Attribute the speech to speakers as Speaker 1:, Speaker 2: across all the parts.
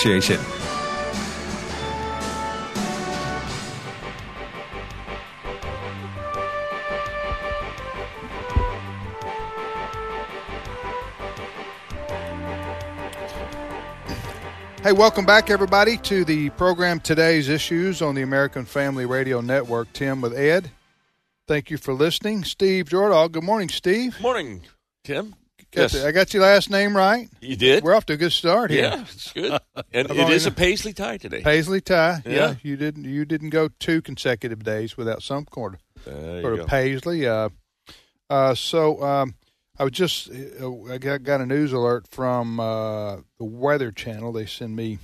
Speaker 1: Association.
Speaker 2: Hey, welcome back, everybody, to the program Today's Issues on the American Family Radio Network. Tim with Ed. Thank you for listening. Steve Jordahl. Good morning, Steve.
Speaker 3: Morning, Tim.
Speaker 2: Got
Speaker 3: Yes,
Speaker 2: the- I got your last name right.
Speaker 3: you did.
Speaker 2: We're off to a good start here.
Speaker 3: yeah, it's good. And
Speaker 2: I've
Speaker 3: it is
Speaker 2: only-
Speaker 3: a paisley tie today.
Speaker 2: Paisley tie.
Speaker 3: Yeah.
Speaker 2: you didn't. You didn't go two consecutive days without some sort
Speaker 3: There
Speaker 2: of,
Speaker 3: you
Speaker 2: sort of
Speaker 3: go.
Speaker 2: paisley. Uh, uh, so um, I was just. Uh, I got, got a news alert from uh, the Weather Channel. They send me.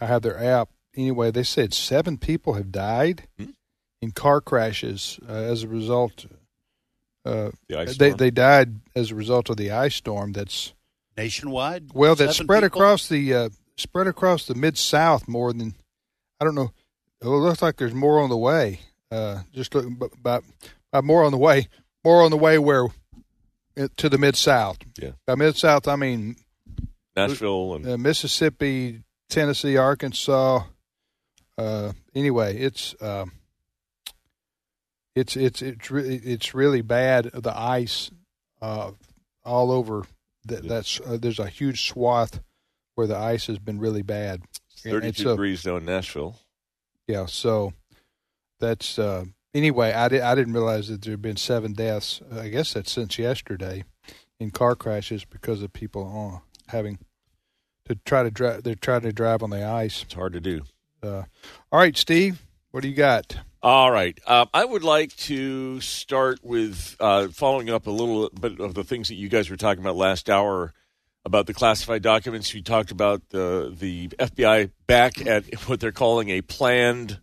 Speaker 2: I have their app anyway. They said seven people have died
Speaker 3: Hmm.
Speaker 2: in car crashes uh, as a result. Uh,
Speaker 3: The ice
Speaker 2: they
Speaker 3: storm.
Speaker 2: they died as a result of the ice storm. That's
Speaker 4: nationwide.
Speaker 2: well, that
Speaker 4: Seven
Speaker 2: spread
Speaker 4: people?
Speaker 2: across the uh, spread across the mid South more than I don't know. oh, It looks like there's more on the way. Uh, just looking b- by, by more on the way, more on the way where uh, to the mid South.
Speaker 3: Yeah.
Speaker 2: By mid South, I mean
Speaker 3: Nashville and
Speaker 2: uh, Mississippi, Tennessee, Arkansas. Uh, anyway, it's um it's it's it's really it's really bad. The ice uh, all over that
Speaker 3: Yeah.
Speaker 2: that's uh, there's a huge swath where the ice has been really bad. and
Speaker 3: 32
Speaker 2: so-
Speaker 3: degrees now in Nashville.
Speaker 2: Yeah, so that's uh, anyway. I di- I didn't realize that there had been seven deaths. I guess that's since yesterday in car crashes because of people uh, having to try to drive. They're trying to drive on the ice.
Speaker 3: It's hard to do.
Speaker 2: Uh, all right, Steve, what do you got?
Speaker 3: All right. Um, I would like to start with uh, following up a little bit of the things that you guys were talking about last hour about the classified documents. You talked about the the FBI back at what they're calling a planned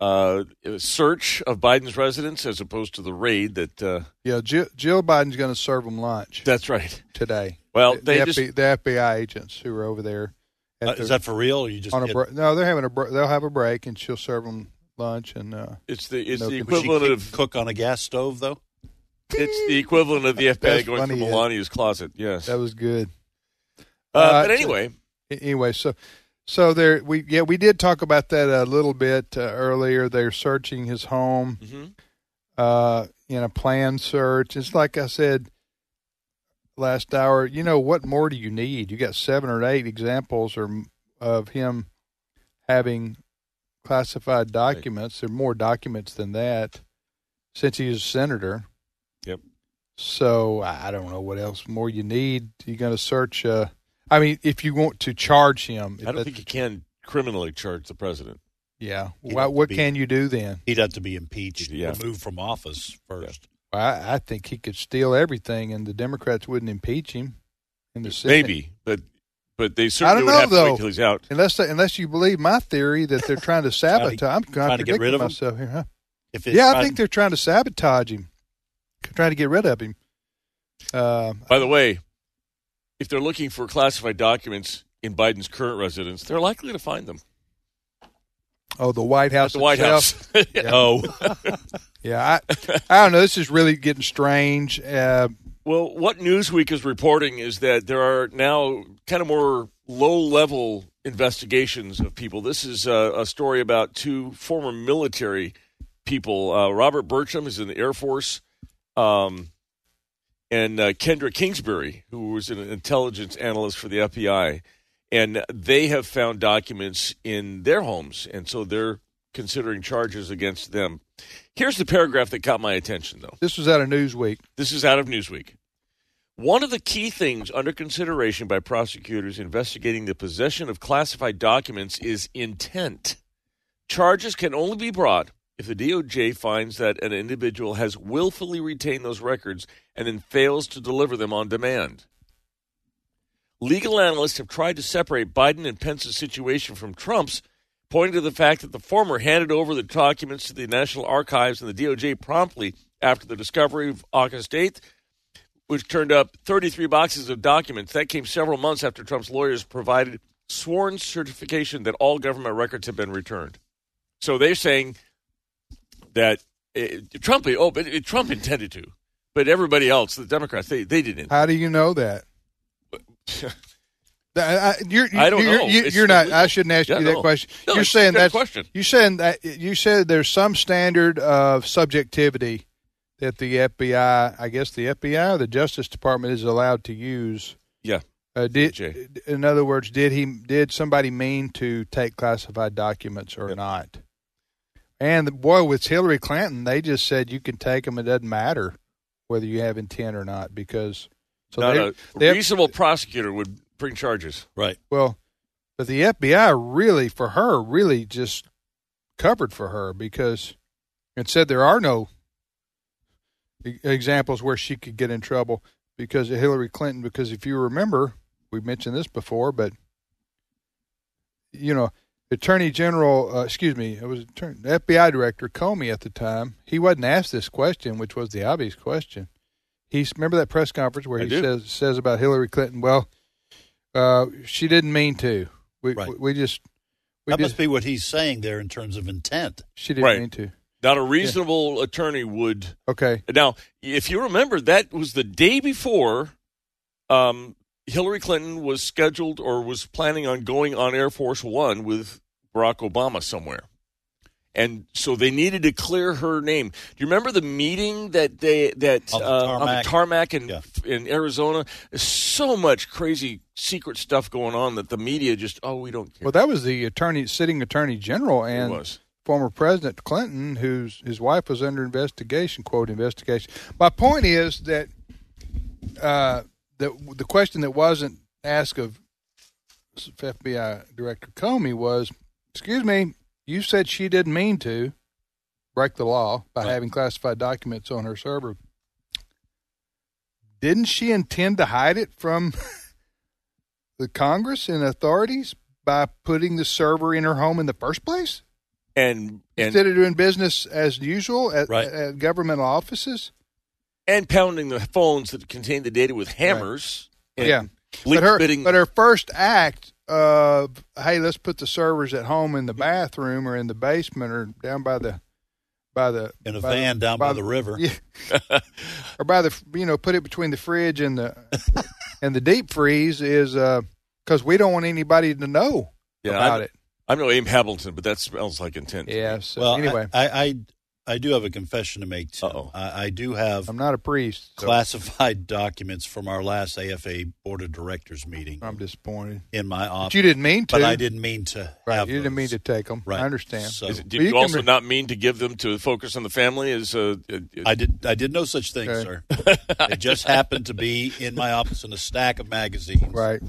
Speaker 3: uh, search of Biden's residence, as opposed to the raid. That uh,
Speaker 2: Yeah, Jill, Jill Biden's going to serve them lunch
Speaker 3: that's right.
Speaker 2: today.
Speaker 3: Well,
Speaker 2: the,
Speaker 3: they
Speaker 2: the
Speaker 3: just
Speaker 2: FBI, the FBI agents who are over there. at
Speaker 4: Oh, Uh,
Speaker 2: their-
Speaker 4: is that for real? Or you just
Speaker 2: on a
Speaker 4: it-
Speaker 2: break? No, they're having a break. They'll have a break, and she'll serve them lunch and. Uh,
Speaker 3: it's the it's
Speaker 2: No,
Speaker 3: the
Speaker 2: could
Speaker 4: would she
Speaker 3: equivalent
Speaker 4: cook-
Speaker 3: of
Speaker 4: cook on a gas stove though?
Speaker 3: it's the equivalent of the FBI
Speaker 2: That's
Speaker 3: going
Speaker 2: funny,
Speaker 3: through
Speaker 2: yeah.
Speaker 3: Melania's closet. Yes.
Speaker 2: That was good.
Speaker 3: uh,
Speaker 2: uh,
Speaker 3: but anyway,
Speaker 2: Anyway, so so there we yeah we did talk about that a little bit uh, earlier. They're searching his home
Speaker 3: mhm.
Speaker 2: uh, in a planned search. It's like I said last hour. You know what more do you need? You got seven or eight examples or of him having classified documents. There are more documents than that since he is a senator.
Speaker 3: Yep.
Speaker 2: So I I don't know what else more you need. You're going to search. Uh, I mean, if you want to charge him, if
Speaker 3: I don't
Speaker 2: that-
Speaker 3: think you can criminally charge the president.
Speaker 2: yeah.
Speaker 4: He'd
Speaker 2: Why,
Speaker 4: have to
Speaker 2: what
Speaker 4: be-
Speaker 2: can you do then?
Speaker 4: He'd have to be impeached,
Speaker 3: Yeah.
Speaker 4: removed from office first.
Speaker 2: Well, I, I think he could steal everything, and the Democrats wouldn't impeach him in the Senate.
Speaker 3: Maybe, but but they certainly
Speaker 2: don't
Speaker 3: would
Speaker 2: know,
Speaker 3: have to
Speaker 2: though.
Speaker 3: wait till he's out.
Speaker 2: Unless, they, unless you believe my theory that they're trying to sabotage, I'm
Speaker 4: trying to get rid
Speaker 2: contradicting
Speaker 4: of him?
Speaker 2: myself here. Huh?
Speaker 4: If
Speaker 2: Yeah, I
Speaker 4: tried-
Speaker 2: think they're trying to sabotage him, trying to get rid of him. Uh,
Speaker 3: By the way, if they're looking for classified documents in Biden's current residence, they're likely to find them
Speaker 2: oh, the White
Speaker 3: at
Speaker 2: House.
Speaker 3: the White
Speaker 2: itself.
Speaker 3: House.
Speaker 4: Oh,
Speaker 2: Yeah, I, I don't know. This is really getting strange. Uh,
Speaker 3: well, what Newsweek is reporting is that there are now kind of more low-level investigations of people. This is uh, a, a story about two former military people. Uh, Robert Bertram is in the Air Force, um, and uh, Kendra Kingsbury, who was an intelligence analyst for the FBI, and they have found documents in their homes, and so they're considering charges against them. Here's the paragraph that caught my attention, though.
Speaker 2: this was out of Newsweek.
Speaker 3: This is out of Newsweek. One of the key things under consideration by prosecutors investigating the possession of classified documents is intent. Charges can only be brought if the DOJ finds that an individual has willfully retained those records and then fails to deliver them on demand. Legal analysts have tried to separate Biden and Pence's situation from Trump's, pointing to the fact that the former handed over the documents to the National Archives and the DOJ promptly after the discovery of August 8th, which turned up 33 boxes of documents. That came several months after Trump's lawyers provided sworn certification that all government records have been returned. So they're saying that eh, Trump, oh, but eh, Trump intended to,
Speaker 2: Uh,
Speaker 3: but everybody else, the Democrats, they, they didn't.
Speaker 2: How do you know that? I, I- you're,
Speaker 3: I don't
Speaker 2: you're,
Speaker 3: know.
Speaker 2: You're,
Speaker 3: It's
Speaker 2: you're not.
Speaker 3: illegal.
Speaker 2: I shouldn't ask
Speaker 3: Yeah,
Speaker 2: you that
Speaker 3: no.
Speaker 2: question.
Speaker 3: No,
Speaker 2: you're
Speaker 3: it's a
Speaker 2: saying
Speaker 3: good
Speaker 2: that's
Speaker 3: question.
Speaker 2: You're saying that you said there's some standard of subjectivity that the FBI, I guess the FBI or the Justice Department is allowed to use.
Speaker 3: Yeah.
Speaker 2: Uh, did
Speaker 3: Jay.
Speaker 2: in other words, did he did somebody mean to take classified documents or not? And boy, with Hillary Clinton, they just said you can take them. It doesn't matter whether you have intent or not because so
Speaker 3: Not
Speaker 2: they-
Speaker 3: a
Speaker 2: they-
Speaker 3: reasonable prosecutor would bring charges.
Speaker 4: Right.
Speaker 2: well, but the FBI really, for her, really just covered for her because it said there are no e- examples where she could get in trouble because of Hillary Clinton. Because if you remember, we mentioned this before, but you know, Attorney General, uh, excuse me, it was Attorney, FBI Director Comey at the time. He wasn't asked this question, which was the obvious question. He's remember that press conference where
Speaker 3: I
Speaker 2: he
Speaker 3: do.
Speaker 2: says says about Hillary Clinton. Well, uh, she didn't mean to. We
Speaker 4: Right.
Speaker 2: we, we just we
Speaker 4: That
Speaker 2: just,
Speaker 4: must be what he's saying there in terms of intent.
Speaker 2: she didn't
Speaker 3: Right.
Speaker 2: mean to.
Speaker 3: Not a reasonable attorney would
Speaker 2: Okay,
Speaker 3: Now, if you remember, that was the day before um, Hillary Clinton was scheduled or was planning on going on Air Force One with Barack Obama somewhere. And so they needed to clear her name. Do you remember the meeting that they that
Speaker 4: On the
Speaker 3: uh, on the
Speaker 4: tarmac.
Speaker 3: tarmac in
Speaker 4: Yeah.
Speaker 3: in Arizona? There's so much crazy secret stuff going on that the media just oh we don't care.
Speaker 2: well, that was the attorney, sitting attorney general,
Speaker 3: it
Speaker 2: and
Speaker 3: was
Speaker 2: former President Clinton, whose his wife was under investigation. Quote investigation. My point is that uh, the the question that wasn't asked of FBI Director Comey was, "Excuse me, you said she didn't mean to break the law by
Speaker 4: Right.
Speaker 2: having classified documents on her server. Didn't she intend to hide it from the Congress and authorities?" By putting the server in her home in the first place,
Speaker 3: and and
Speaker 2: instead of doing business as usual at,
Speaker 4: Right.
Speaker 2: at governmental offices.
Speaker 3: and pounding the phones that contained the data with hammers. And
Speaker 2: Yeah.
Speaker 3: leak
Speaker 2: But her,
Speaker 3: bidding
Speaker 2: but her first act of, hey, let's put the servers at home in the bathroom or in the basement or down by the, by the,
Speaker 4: In a
Speaker 2: by the-
Speaker 4: van down by the river.
Speaker 2: Yeah. or by the, you know, put it between the fridge and the, and the deep freeze is, uh, cause we don't want anybody to know
Speaker 3: Yeah,
Speaker 2: about
Speaker 3: I'm,
Speaker 2: it.
Speaker 3: I'm no Aim Hamilton, but that smells like intent.
Speaker 2: Yeah. So
Speaker 4: well,
Speaker 2: anyway,
Speaker 4: I, I, I, I do have a confession to make, Tim.
Speaker 3: Uh-oh.
Speaker 4: I, I do have
Speaker 2: I, am not a priest. So
Speaker 4: classified documents from our last AFA Board of Directors meeting
Speaker 2: I'm disappointed.
Speaker 4: in my
Speaker 2: Um, But
Speaker 4: office.
Speaker 2: you didn't mean to.
Speaker 4: uh, but I didn't mean to
Speaker 2: Right.
Speaker 4: have
Speaker 2: You didn't mean to
Speaker 4: those.
Speaker 2: take them.
Speaker 4: Right.
Speaker 2: I understand.
Speaker 4: So
Speaker 3: Is it- did
Speaker 2: Well,
Speaker 3: you,
Speaker 2: you can
Speaker 3: also
Speaker 2: re-
Speaker 3: not mean to give them to focus on the family? Is uh, uh,
Speaker 4: I did. I did no such thing,
Speaker 2: Okay.
Speaker 4: sir. It just happened to be in my office in a stack of magazines.
Speaker 2: Right.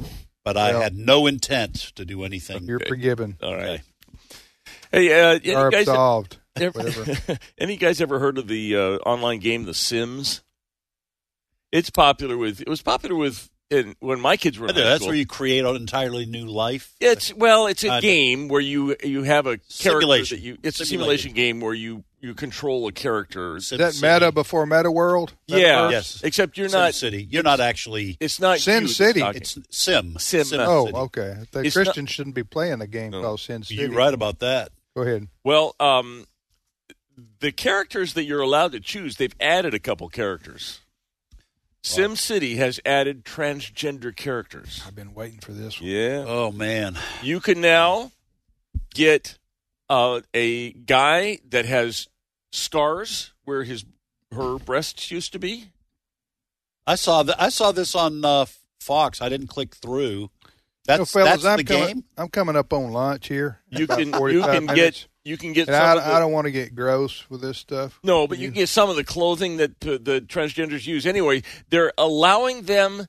Speaker 4: But I
Speaker 2: Well-
Speaker 4: had no intent to do anything.
Speaker 2: You're forgiven
Speaker 3: all right?
Speaker 4: Okay.
Speaker 3: Hey, uh, any
Speaker 2: or
Speaker 3: guys,
Speaker 2: absolved.
Speaker 3: ever, any guys ever heard of the uh, online game The Sims? It's popular with. It was popular with in, when my kids were. In high
Speaker 4: That's
Speaker 3: school.
Speaker 4: where you create an entirely new life.
Speaker 3: It's well, it's a
Speaker 4: Kinda.
Speaker 3: game where you you have a character
Speaker 4: Uh, Simulation.
Speaker 3: that you. It's a
Speaker 4: Simulation.
Speaker 3: simulation game where you you control a character.
Speaker 4: Sin
Speaker 2: Is that
Speaker 4: City.
Speaker 2: meta before meta world? Meta
Speaker 3: Yeah,
Speaker 2: World?
Speaker 4: Yes.
Speaker 3: Except you're
Speaker 4: Sin
Speaker 3: not.
Speaker 4: City. You're not actually.
Speaker 3: It's not
Speaker 2: Sin
Speaker 3: you that's
Speaker 2: City.
Speaker 3: talking.
Speaker 4: It's Sim.
Speaker 3: Sim, uh,
Speaker 2: Oh,
Speaker 4: City.
Speaker 2: okay. I think
Speaker 3: It's
Speaker 2: Christians shouldn't be playing a game
Speaker 3: No.
Speaker 2: called Sin City.
Speaker 4: You're right about that.
Speaker 2: Go ahead.
Speaker 3: Well, um, the characters that you're allowed to choose, they've added a couple characters. Sim City has added transgender characters.
Speaker 2: I've been waiting for this one.
Speaker 3: Yeah.
Speaker 4: Oh man.
Speaker 3: You can now get uh, a guy that has scars where his her breasts used to be.
Speaker 4: I saw that. I saw this on uh, Fox. I didn't click through. That's
Speaker 2: So, fellas,
Speaker 4: that's
Speaker 2: I'm
Speaker 4: the
Speaker 2: coming,
Speaker 4: game.
Speaker 2: I'm coming up on lunch here. in
Speaker 3: You
Speaker 2: about
Speaker 3: can you
Speaker 2: 45
Speaker 3: can
Speaker 2: minutes.
Speaker 3: get you can get
Speaker 2: And
Speaker 3: some
Speaker 2: I,
Speaker 3: of the-
Speaker 2: I don't want to get gross with this stuff.
Speaker 3: No, but you can get some of the clothing that uh, the transgenders use. Anyway, they're allowing them.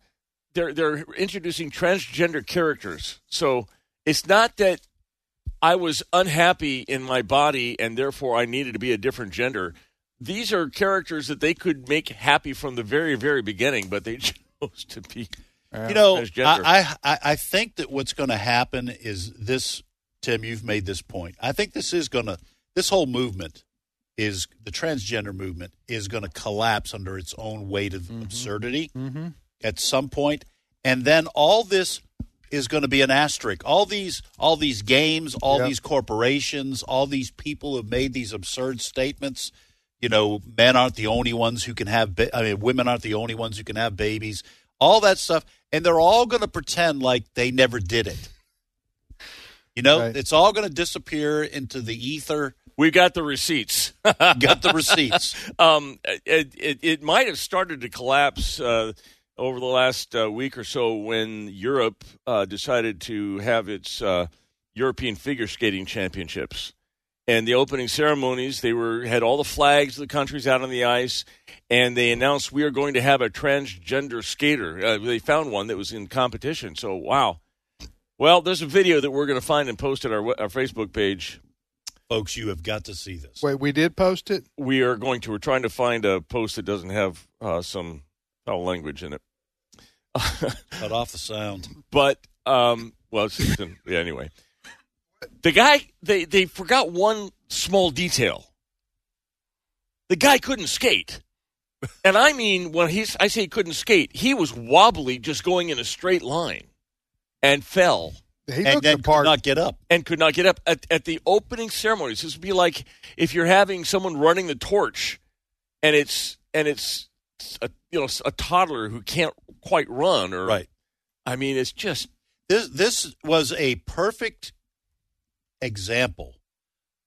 Speaker 3: They're they're introducing transgender characters. So it's not that I was unhappy in my body and therefore I needed to be a different gender. These are characters that they could make happy from the very very beginning, but they chose to be.
Speaker 2: Yeah.
Speaker 4: You know,
Speaker 3: There's gender.
Speaker 4: I, I I think that what's going to happen is this. Tim, you've made this point. I think this is going to. This whole movement is the transgender movement is going to collapse under its own weight of absurdity at some point, and then all this is going to be an asterisk. All these, all these games, all
Speaker 2: Yeah.
Speaker 4: these corporations, all these people who have made these absurd statements. You know, men aren't the only ones who can have. Ba- I mean, women aren't the only ones who can have babies. all that stuff, and they're all going to pretend like they never did it. You know,
Speaker 2: Right.
Speaker 4: it's all going to disappear into the ether.
Speaker 3: We got the receipts.
Speaker 4: Got the receipts.
Speaker 3: um, it, it, it might have started to collapse uh, over the last uh, week or so when Europe uh, decided to have its uh, European Figure Skating Championships. And the opening ceremonies, they were had all the flags of the countries out on the ice, and they announced we are going to have a transgender skater. Uh, they found one that was in competition. So wow, well, there's a video that we're going to find and post at our, we- our Facebook page
Speaker 4: Folks, you have got to see this.
Speaker 2: Wait, we did post it.
Speaker 3: we are going to. We're trying to find a post that doesn't have uh, some foul language in it.
Speaker 4: Cut off the sound.
Speaker 3: but um, well, it's, it's in- yeah, anyway, the guy they they forgot one small detail. The guy couldn't skate, and I mean when he's I say he couldn't skate, he was wobbly, just going in a straight line, and fell
Speaker 2: He
Speaker 4: and
Speaker 2: looked
Speaker 4: then
Speaker 2: the part.
Speaker 4: could not get up.
Speaker 3: and could not get up at, at the opening ceremonies. This would be like if you're having someone running the torch, and it's and it's a, you know a toddler who can't quite run or
Speaker 4: Right.
Speaker 3: I mean, it's just
Speaker 4: This this was a perfect example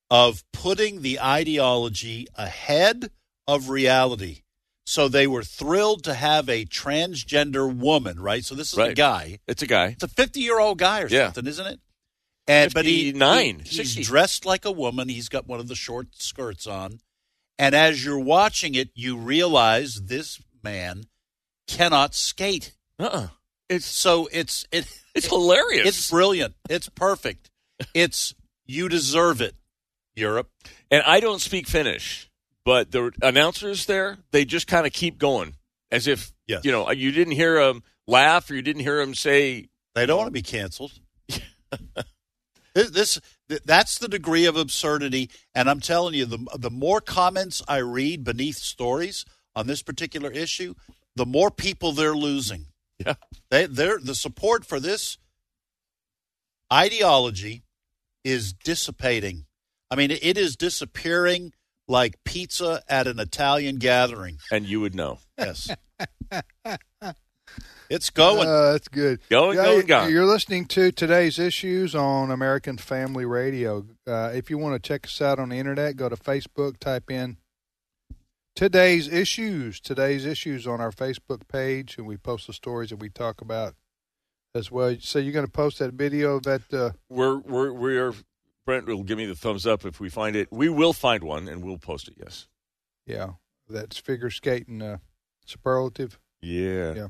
Speaker 4: of putting the ideology ahead of reality. So they were thrilled to have a transgender woman, right? So this is a
Speaker 3: Right.
Speaker 4: guy.
Speaker 3: it's a guy.
Speaker 4: It's a 50-year-old guy or
Speaker 3: Yeah.
Speaker 4: something, isn't it? And but he,
Speaker 3: 59,
Speaker 4: he-
Speaker 3: 60.
Speaker 4: he's dressed like a woman. He's got one of the short skirts on. And as you're watching it, you realize this man cannot skate.
Speaker 3: Uh, uh it's
Speaker 4: So it's it
Speaker 3: it's hilarious.
Speaker 4: It's brilliant. It's perfect. It's you deserve it, Europe.
Speaker 3: and I don't speak Finnish, but the announcers there they just kind of keep going as if
Speaker 4: Yes.
Speaker 3: you know you didn't hear him laugh or you didn't hear him say
Speaker 4: They don't want to be canceled. this, this th- that's the degree of absurdity, and I'm telling you, the the more comments I read beneath stories on this particular issue, the more people they're losing.
Speaker 3: Yeah.
Speaker 4: they they're the support for this ideology is dissipating. I mean, it is disappearing like pizza at an Italian gathering.
Speaker 3: and you would know.
Speaker 4: Yes. it's going.
Speaker 2: Uh, that's good.
Speaker 3: Going,
Speaker 2: Yeah,
Speaker 3: going, gone.
Speaker 2: You're listening to today's issues on American Family Radio. Uh, if you want to check us out on the internet, go to Facebook, type in today's issues, today's issues on our Facebook page, and we post the stories that we talk about as well. So you're going to post that video that uh,
Speaker 3: we're we're we're Brent will give me the thumbs up if we find it. We will find one and we'll post it. Yes.
Speaker 2: yeah, that's figure skating uh, superlative.
Speaker 3: Yeah.
Speaker 2: Yeah.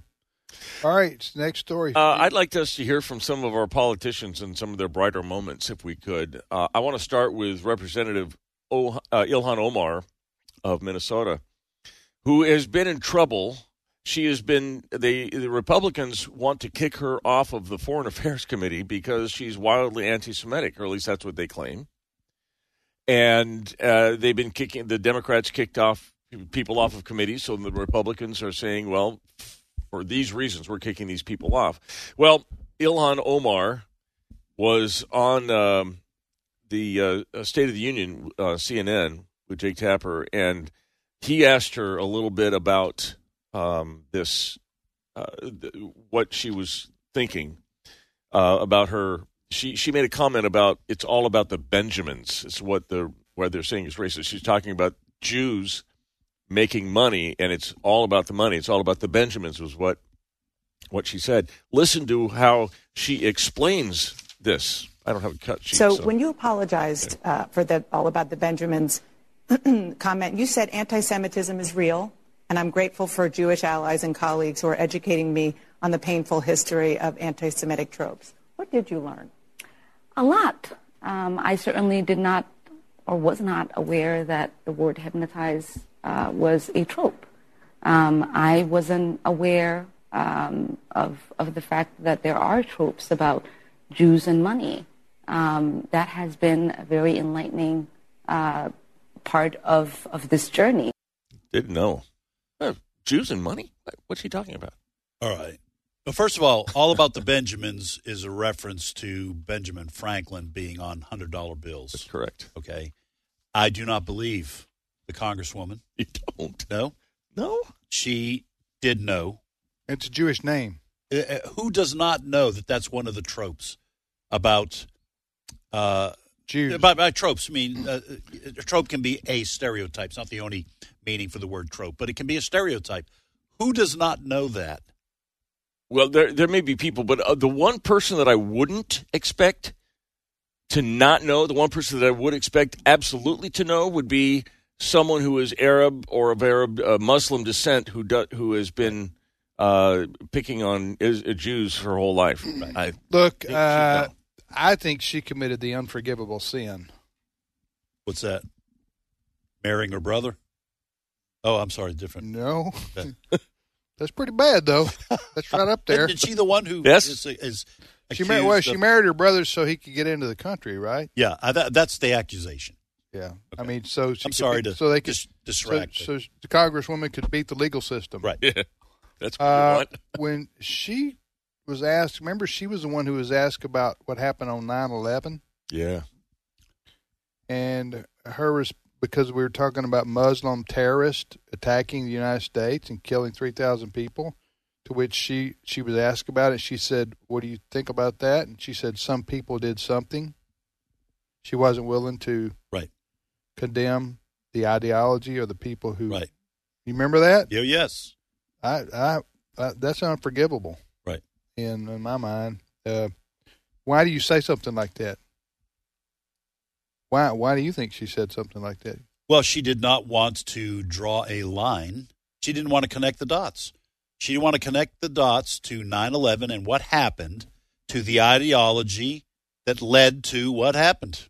Speaker 2: All right, it's the next story.
Speaker 3: Uh, I'd like us to hear from some of our politicians and some of their brighter moments, if we could. Uh, I want to start with Representative o- uh, Ilhan Omar of Minnesota, who has been in trouble. She has been the the Republicans want to kick her off of the Foreign Affairs Committee because she's wildly anti-Semitic, or at least that's what they claim. And uh, they've been kicking the Democrats kicked off people off of committees, so the Republicans are saying, "Well, for these reasons, we're kicking these people off." Well, Ilhan Omar was on um, the uh, State of the Union uh, CNN with Jake Tapper, and he asked her a little bit about um, this, uh, th- what she was thinking uh, about her. She she made a comment about it's all about the Benjamins. It's what the why they're saying is racist. She's talking about Jews making money, and it's all about the money. It's all about the Benjamins. Was what what she said. Listen to how she explains this. I don't have a cut sheet.
Speaker 1: So, when you apologized uh, for the all about the Benjamins comment, you said anti-Semitism is real, and I'm grateful for Jewish allies and colleagues who are educating me on the painful history of anti-Semitic tropes. What did you learn?
Speaker 5: A lot. Um, I certainly did not or was not aware that the word hypnotize uh, was a trope. Um, I wasn't aware um, of, of the fact that there are tropes about Jews and money. Um, that has been a very enlightening uh, part of, of this journey.
Speaker 3: Didn't know. Uh, Jews and money? What- What's he talking about?
Speaker 4: all right. Well, first of all, all about the Benjamins is a reference to Benjamin Franklin being on hundred dollar bills.
Speaker 3: correct.
Speaker 4: Okay, I do not believe the Congresswoman.
Speaker 3: You don't.
Speaker 4: No,
Speaker 3: No?
Speaker 4: she did know.
Speaker 2: It's a Jewish name.
Speaker 4: Uh, uh, Who does not know that that's one of the tropes about uh,
Speaker 2: Jews.
Speaker 4: By, by tropes, I mean uh, a trope can be a stereotype. It's not the only meaning for the word trope, but it can be a stereotype. Who does not know that?
Speaker 3: Well, there there may be people, but uh, the one person that I wouldn't expect to not know, the one person that I would expect absolutely to know, would be someone who is Arab or of Arab uh, Muslim descent who do, who has been uh, picking on is, uh, Jews her whole life. I,
Speaker 2: Look,
Speaker 3: she-
Speaker 2: uh,
Speaker 3: no.
Speaker 2: I think she committed the unforgivable sin.
Speaker 4: What's that? Marrying her brother? Oh, I'm sorry, different.
Speaker 2: No, that's pretty bad though. That's right up there.
Speaker 4: Isn't she the one who
Speaker 3: Yes.
Speaker 4: is- is
Speaker 2: She married. Well,
Speaker 4: accused
Speaker 2: she
Speaker 4: of-
Speaker 2: married her brother so he could get into the country, right?
Speaker 4: Yeah, I, that, that's the accusation.
Speaker 2: Yeah. I mean, so she
Speaker 4: I'm
Speaker 2: could
Speaker 4: sorry
Speaker 2: be-
Speaker 4: to
Speaker 2: so they could
Speaker 4: dis-
Speaker 2: so,
Speaker 4: distract.
Speaker 2: so the congresswoman could beat the legal system,
Speaker 4: right.
Speaker 3: yeah, that's what you
Speaker 2: Uh,
Speaker 3: want.
Speaker 2: when she was asked, remember she was the one who was asked about what happened on 9-11?
Speaker 3: Yeah,
Speaker 2: and her was because we were talking about Muslim terrorists attacking the United States and killing three thousand people. To which she she was asked about it. She said, "What do you think about that?" And she said, "Some people did something." She wasn't willing to
Speaker 4: Right.
Speaker 2: condemn the ideology or the people who.
Speaker 4: Right.
Speaker 2: You remember that?
Speaker 4: Yeah, yes.
Speaker 2: I, I, I that's unforgivable.
Speaker 4: Right.
Speaker 2: In in my mind, uh, why do you say something like that? Why why do you think she said something like that?
Speaker 4: Well, she did not want to draw a line. She didn't want to connect the dots. She didn't want to connect the dots to 9 11 and what happened to the ideology that led to what happened.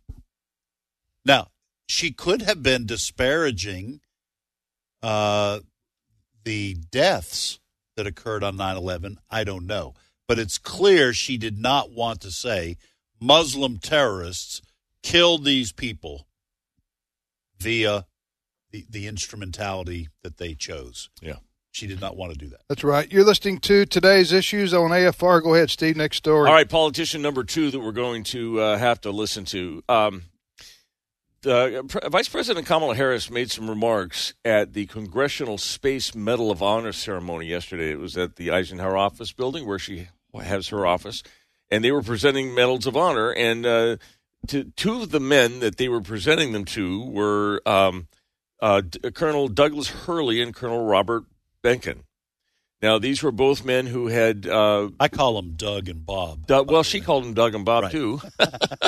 Speaker 4: Now, she could have been disparaging uh, the deaths that occurred on 9 11. I don't know. But it's clear she did not want to say Muslim terrorists killed these people via the, the instrumentality that they chose.
Speaker 3: yeah.
Speaker 4: She did not want to do that.
Speaker 2: That's right. You're listening to today's issues on AFR. Go ahead, Steve. Next story.
Speaker 3: All right, politician number two that we're going to uh, have to listen to. Um, the, uh, Pre- Vice President Kamala Harris made some remarks at the Congressional Space Medal of Honor ceremony yesterday. It was at the Eisenhower Office Building where she has her office, and they were presenting medals of honor. And uh, to, two of the men that they were presenting them to were um, uh, D- Colonel Douglas Hurley and Colonel Robert Benkin. Now, these were both men who had uh,
Speaker 4: I call them Doug and Bob.
Speaker 3: Doug,
Speaker 4: by
Speaker 3: well,
Speaker 4: the
Speaker 3: she
Speaker 4: way.
Speaker 3: called him Doug and Bob
Speaker 4: Right.
Speaker 3: too.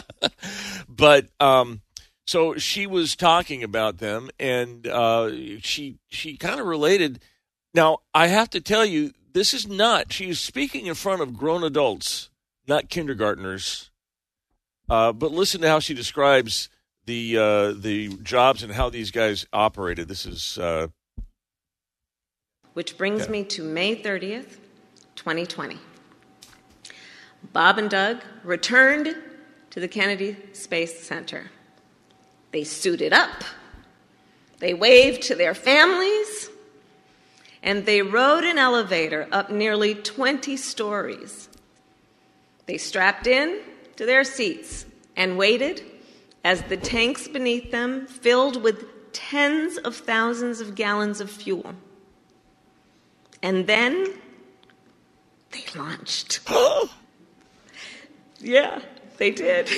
Speaker 3: but um, so she was talking about them, and uh, she she kind of related. Now I have to tell you, this is not. She is speaking in front of grown adults, not kindergartners. Uh, but listen to how she describes the uh, the jobs and how these guys operated. This is uh,
Speaker 6: Which brings me to May 30th, 2020. Bob and Doug returned to the Kennedy Space Center. They suited up, they waved to their families, and they rode an elevator up nearly 20 stories. They strapped in to their seats and waited as the tanks beneath them filled with tens of thousands of gallons of fuel. And then they launched. yeah, they did.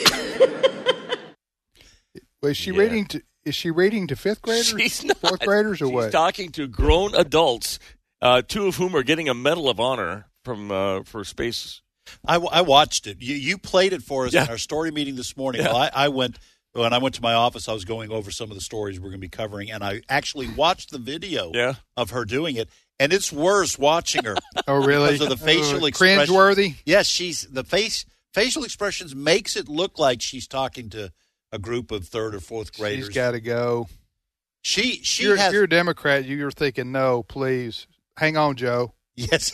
Speaker 2: Was she
Speaker 3: Yeah.
Speaker 2: reading to? Is she reading to fifth graders,
Speaker 3: She's not.
Speaker 2: fourth graders, or
Speaker 3: She's
Speaker 2: what?
Speaker 3: talking to grown adults, uh, two of whom are getting a Medal of Honor from uh, for space.
Speaker 4: I, w- I watched it. You, you played it for us
Speaker 3: Yeah.
Speaker 4: in our story meeting this morning.
Speaker 3: Yeah.
Speaker 4: Well, I, I went when I went to my office. I was going over some of the stories we're going to be covering, and I actually watched the video
Speaker 3: Yeah.
Speaker 4: of her doing it. And it's worse watching her.
Speaker 2: Oh, really?
Speaker 4: Because of the facial
Speaker 2: oh,
Speaker 4: expression.
Speaker 2: cringeworthy.
Speaker 4: yes, she's the face. Facial expressions makes it look like she's talking to a group of third or fourth graders.
Speaker 2: She's got to go.
Speaker 4: she she
Speaker 2: you're,
Speaker 4: has
Speaker 2: you're a Democrat. You're thinking, no, please, hang on, Joe.
Speaker 4: yes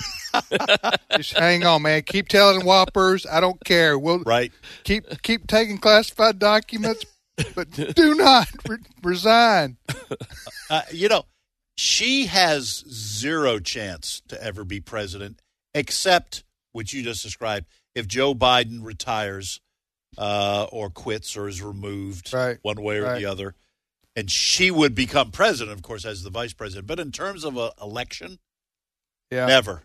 Speaker 2: Just hang on, man. Keep telling whoppers. I don't care. We'll
Speaker 4: right.
Speaker 2: keep keep taking classified documents, but do not re- resign.
Speaker 4: Uh, you know, she has zero chance to ever be president, except what you just described. If Joe Biden retires uh, or quits or is removed
Speaker 2: Right,
Speaker 4: one way or
Speaker 2: right.
Speaker 4: the other, and she would become president, of course, as the vice president. But in terms of a election,
Speaker 2: Yeah,
Speaker 4: never.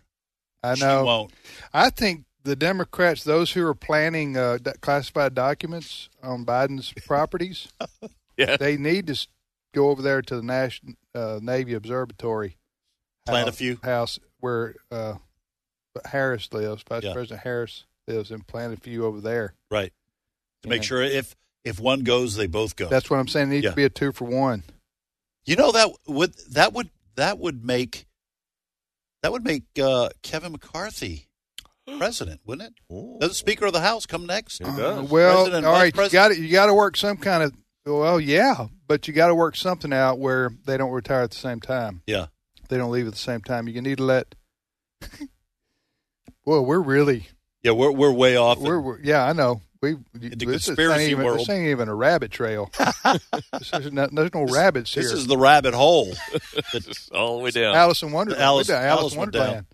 Speaker 2: I
Speaker 4: She
Speaker 2: know.
Speaker 4: won't.
Speaker 2: I think the Democrats, those who are planning uh, d- classified documents on Biden's properties,
Speaker 3: Yeah.
Speaker 2: they need to s- go over there to the National uh, Navy Observatory.
Speaker 4: Plant a
Speaker 2: house-
Speaker 4: few.
Speaker 2: house where uh, Harris lives, Vice
Speaker 4: Yeah.
Speaker 2: President Harris lives, and plant a few over there.
Speaker 4: Right. To make
Speaker 2: Yeah.
Speaker 4: sure if if one goes, they both go.
Speaker 2: That's what I'm saying. It needs
Speaker 4: Yeah.
Speaker 2: to be a two for one.
Speaker 4: you know that would that would that would make that would make uh, Kevin McCarthy president, wouldn't it? Doesn't Speaker of the House come next? Uh-huh.
Speaker 3: It does.
Speaker 2: Uh, well,
Speaker 4: President,
Speaker 2: all
Speaker 4: Vice
Speaker 2: right, you
Speaker 4: President.
Speaker 2: got You got to work some kind of. Well, yeah, but you got to work something out where they don't retire at the same time.
Speaker 4: Yeah.
Speaker 2: They don't leave at the same time. You need to let. well, we're really
Speaker 4: Yeah, we're we're way off.
Speaker 2: we're, we're yeah. I know we. we
Speaker 4: The
Speaker 2: this, is- ain't
Speaker 4: conspiracy
Speaker 2: even,
Speaker 4: world.
Speaker 2: this ain't even a rabbit trail. this is not, there's no rabbits
Speaker 4: this
Speaker 2: here.
Speaker 4: is the rabbit hole.
Speaker 3: Just all the way down.
Speaker 2: Alice in Wonderland.
Speaker 4: Alice-
Speaker 2: We've done Alice,
Speaker 4: Alice
Speaker 2: in
Speaker 4: went down.
Speaker 2: Wonderland.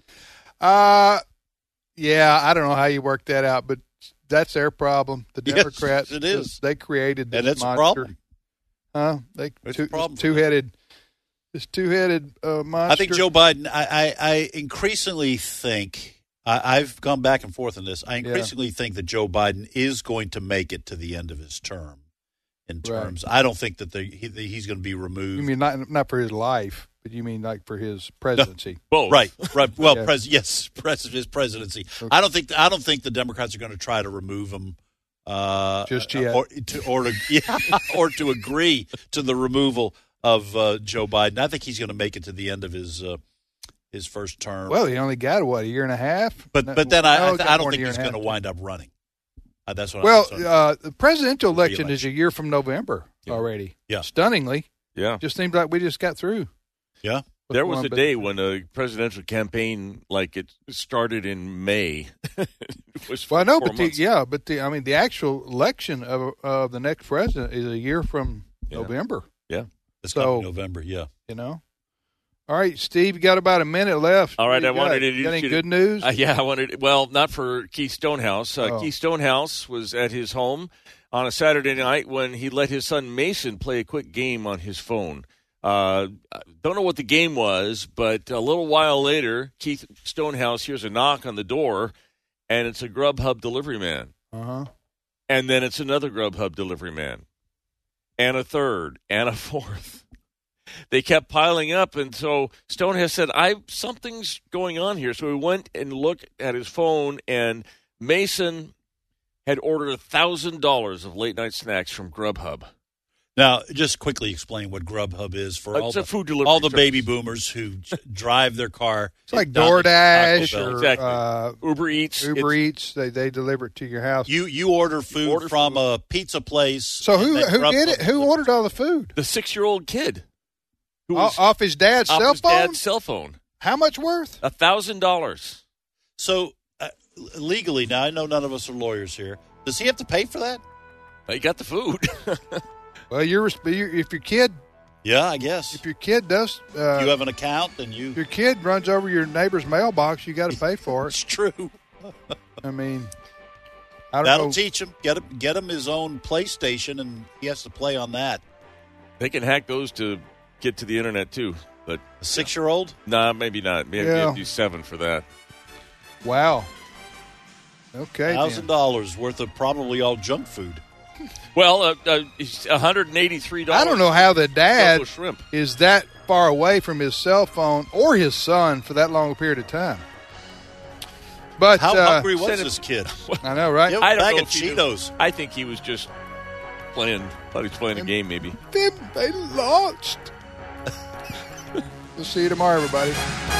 Speaker 2: Uh, yeah, I don't know how you work that out, but that's their problem. The
Speaker 4: Yes,
Speaker 2: Democrats,
Speaker 4: it is.
Speaker 2: they created this
Speaker 4: And it's a
Speaker 2: monster.
Speaker 4: problem.
Speaker 2: Huh? They
Speaker 4: It's
Speaker 2: two,
Speaker 4: a problem for them.
Speaker 2: headed, this two headed uh, monster.
Speaker 4: I think Joe Biden. I, I, I increasingly think I, I've gone back and forth on this. I
Speaker 2: Yeah.
Speaker 4: increasingly think that Joe Biden is going to make it to the end of his term. In
Speaker 2: Right.
Speaker 4: terms, I don't think that the, he, that he's going to be removed.
Speaker 2: You mean not not for his life, but you mean like for his presidency?
Speaker 3: Both.
Speaker 4: right, right. Well,
Speaker 2: Yeah.
Speaker 4: pres, yes, pres, his presidency. I don't think I don't think the Democrats are going to try to remove him. Uh,
Speaker 2: Just
Speaker 4: uh,
Speaker 2: yet.
Speaker 4: or to, or to, yeah, or to agree to the removal of uh, Joe Biden. I think he's going to make it to the end of his uh, his first term.
Speaker 2: Well, he only got what a year and a half.
Speaker 4: But
Speaker 2: No,
Speaker 4: but then I
Speaker 2: no,
Speaker 4: I,
Speaker 2: he
Speaker 4: th-
Speaker 2: got
Speaker 4: I don't
Speaker 2: more than
Speaker 4: think
Speaker 2: a year
Speaker 4: he's
Speaker 2: and a half.
Speaker 4: going to wind up running. Uh, that's what.
Speaker 2: Well,
Speaker 4: I'm concerned.
Speaker 2: uh, the presidential election is
Speaker 4: Re-election.
Speaker 2: a year from November
Speaker 4: Yeah.
Speaker 2: already.
Speaker 4: Yeah.
Speaker 2: stunningly,
Speaker 3: Yeah.
Speaker 2: just seems like we just got through.
Speaker 4: yeah,
Speaker 2: with
Speaker 3: There was
Speaker 2: one,
Speaker 3: a
Speaker 2: but-
Speaker 3: day when a presidential campaign, like it started in May, It was
Speaker 2: Well, I know,
Speaker 3: four
Speaker 2: but the,
Speaker 3: months.
Speaker 2: yeah, but the I mean, the actual election of of the next president is a year from
Speaker 3: Yeah.
Speaker 2: November.
Speaker 4: it's
Speaker 2: So-
Speaker 4: coming November. Yeah,
Speaker 2: You know. All right, Steve, you got about a minute left.
Speaker 3: All
Speaker 2: What
Speaker 3: right,
Speaker 2: do you
Speaker 3: I wanted
Speaker 2: got?
Speaker 3: to
Speaker 2: You got
Speaker 3: introduce
Speaker 2: any
Speaker 3: you to-
Speaker 2: good news.
Speaker 3: Uh, yeah, I wanted. Well, not for Keith Stonehouse. Uh,
Speaker 2: Oh.
Speaker 3: Keith Stonehouse was at his home on a Saturday night when he let his son Mason play a quick game on his phone. Uh, I don't know what the game was, but a little while later, Keith Stonehouse hears a knock on the door, and it's a Grubhub delivery man
Speaker 2: Uh-huh.
Speaker 3: and then it's another Grubhub delivery man, and a third, and a fourth. They kept piling up, and so Stone has said, "I something's going on here." So he went and looked at his phone, and Mason had ordered a thousand dollars of late night snacks from Grubhub.
Speaker 4: Now, just quickly explain what Grubhub is for
Speaker 3: It's
Speaker 4: all
Speaker 3: a
Speaker 4: the
Speaker 3: food delivery
Speaker 4: all the
Speaker 3: service.
Speaker 4: baby boomers who j- drive their car.
Speaker 2: It's like
Speaker 4: down to Taco
Speaker 2: DoorDash
Speaker 4: Bell.
Speaker 2: or
Speaker 3: Exactly.
Speaker 2: uh,
Speaker 3: Uber Eats,
Speaker 2: Uber
Speaker 3: it's-
Speaker 2: Eats. They they deliver it to your house.
Speaker 4: You you order food
Speaker 3: order
Speaker 4: from a pizza place.
Speaker 2: so
Speaker 4: and
Speaker 2: who
Speaker 4: then
Speaker 2: who did
Speaker 4: Grubhub
Speaker 2: it? Who
Speaker 4: delivers.
Speaker 2: ordered all the food?
Speaker 3: the six-year-old kid who
Speaker 2: O-
Speaker 3: was
Speaker 2: off his dad's Oh,
Speaker 3: off
Speaker 2: cell
Speaker 3: his
Speaker 2: phone.
Speaker 3: dad's cell phone,
Speaker 2: How much worth?
Speaker 3: a thousand dollars.
Speaker 4: So uh, l- legally, now I know none of us are lawyers here. Does he have to pay for that?
Speaker 3: They got the food.
Speaker 2: Well, you're, res- you if your kid
Speaker 4: Yeah, I guess.
Speaker 2: if your kid does uh,
Speaker 4: If you have an account, then you.
Speaker 2: if your kid runs over your neighbor's mailbox, you got to pay for it.
Speaker 4: It's true.
Speaker 2: I mean, I don't
Speaker 4: That'll
Speaker 2: know.
Speaker 4: teach him. Get him get him his own PlayStation, and he has to play on that.
Speaker 3: they can hack those to get to the internet too, but.
Speaker 4: A six year old.
Speaker 3: Nah, maybe not. Maybe
Speaker 2: Yeah.
Speaker 3: do seven for that.
Speaker 2: Wow. Okay. then.
Speaker 4: Thousand dollars worth of probably all junk food.
Speaker 3: Well, uh, uh, it's $183.
Speaker 2: I don't know how the dad
Speaker 3: Double shrimp.
Speaker 2: is that far away from his cell phone or his son for that long a period of time. But
Speaker 4: How
Speaker 2: uh,
Speaker 4: hungry was
Speaker 3: send it-
Speaker 4: this kid?
Speaker 2: I know, right?
Speaker 4: Yep.
Speaker 3: I don't
Speaker 4: Bag
Speaker 3: know
Speaker 4: of
Speaker 3: if he knew.
Speaker 4: Cheetos.
Speaker 3: I think he was just playing. Thought he was playing a game, maybe.
Speaker 2: Then they launched. we'll see you tomorrow, everybody.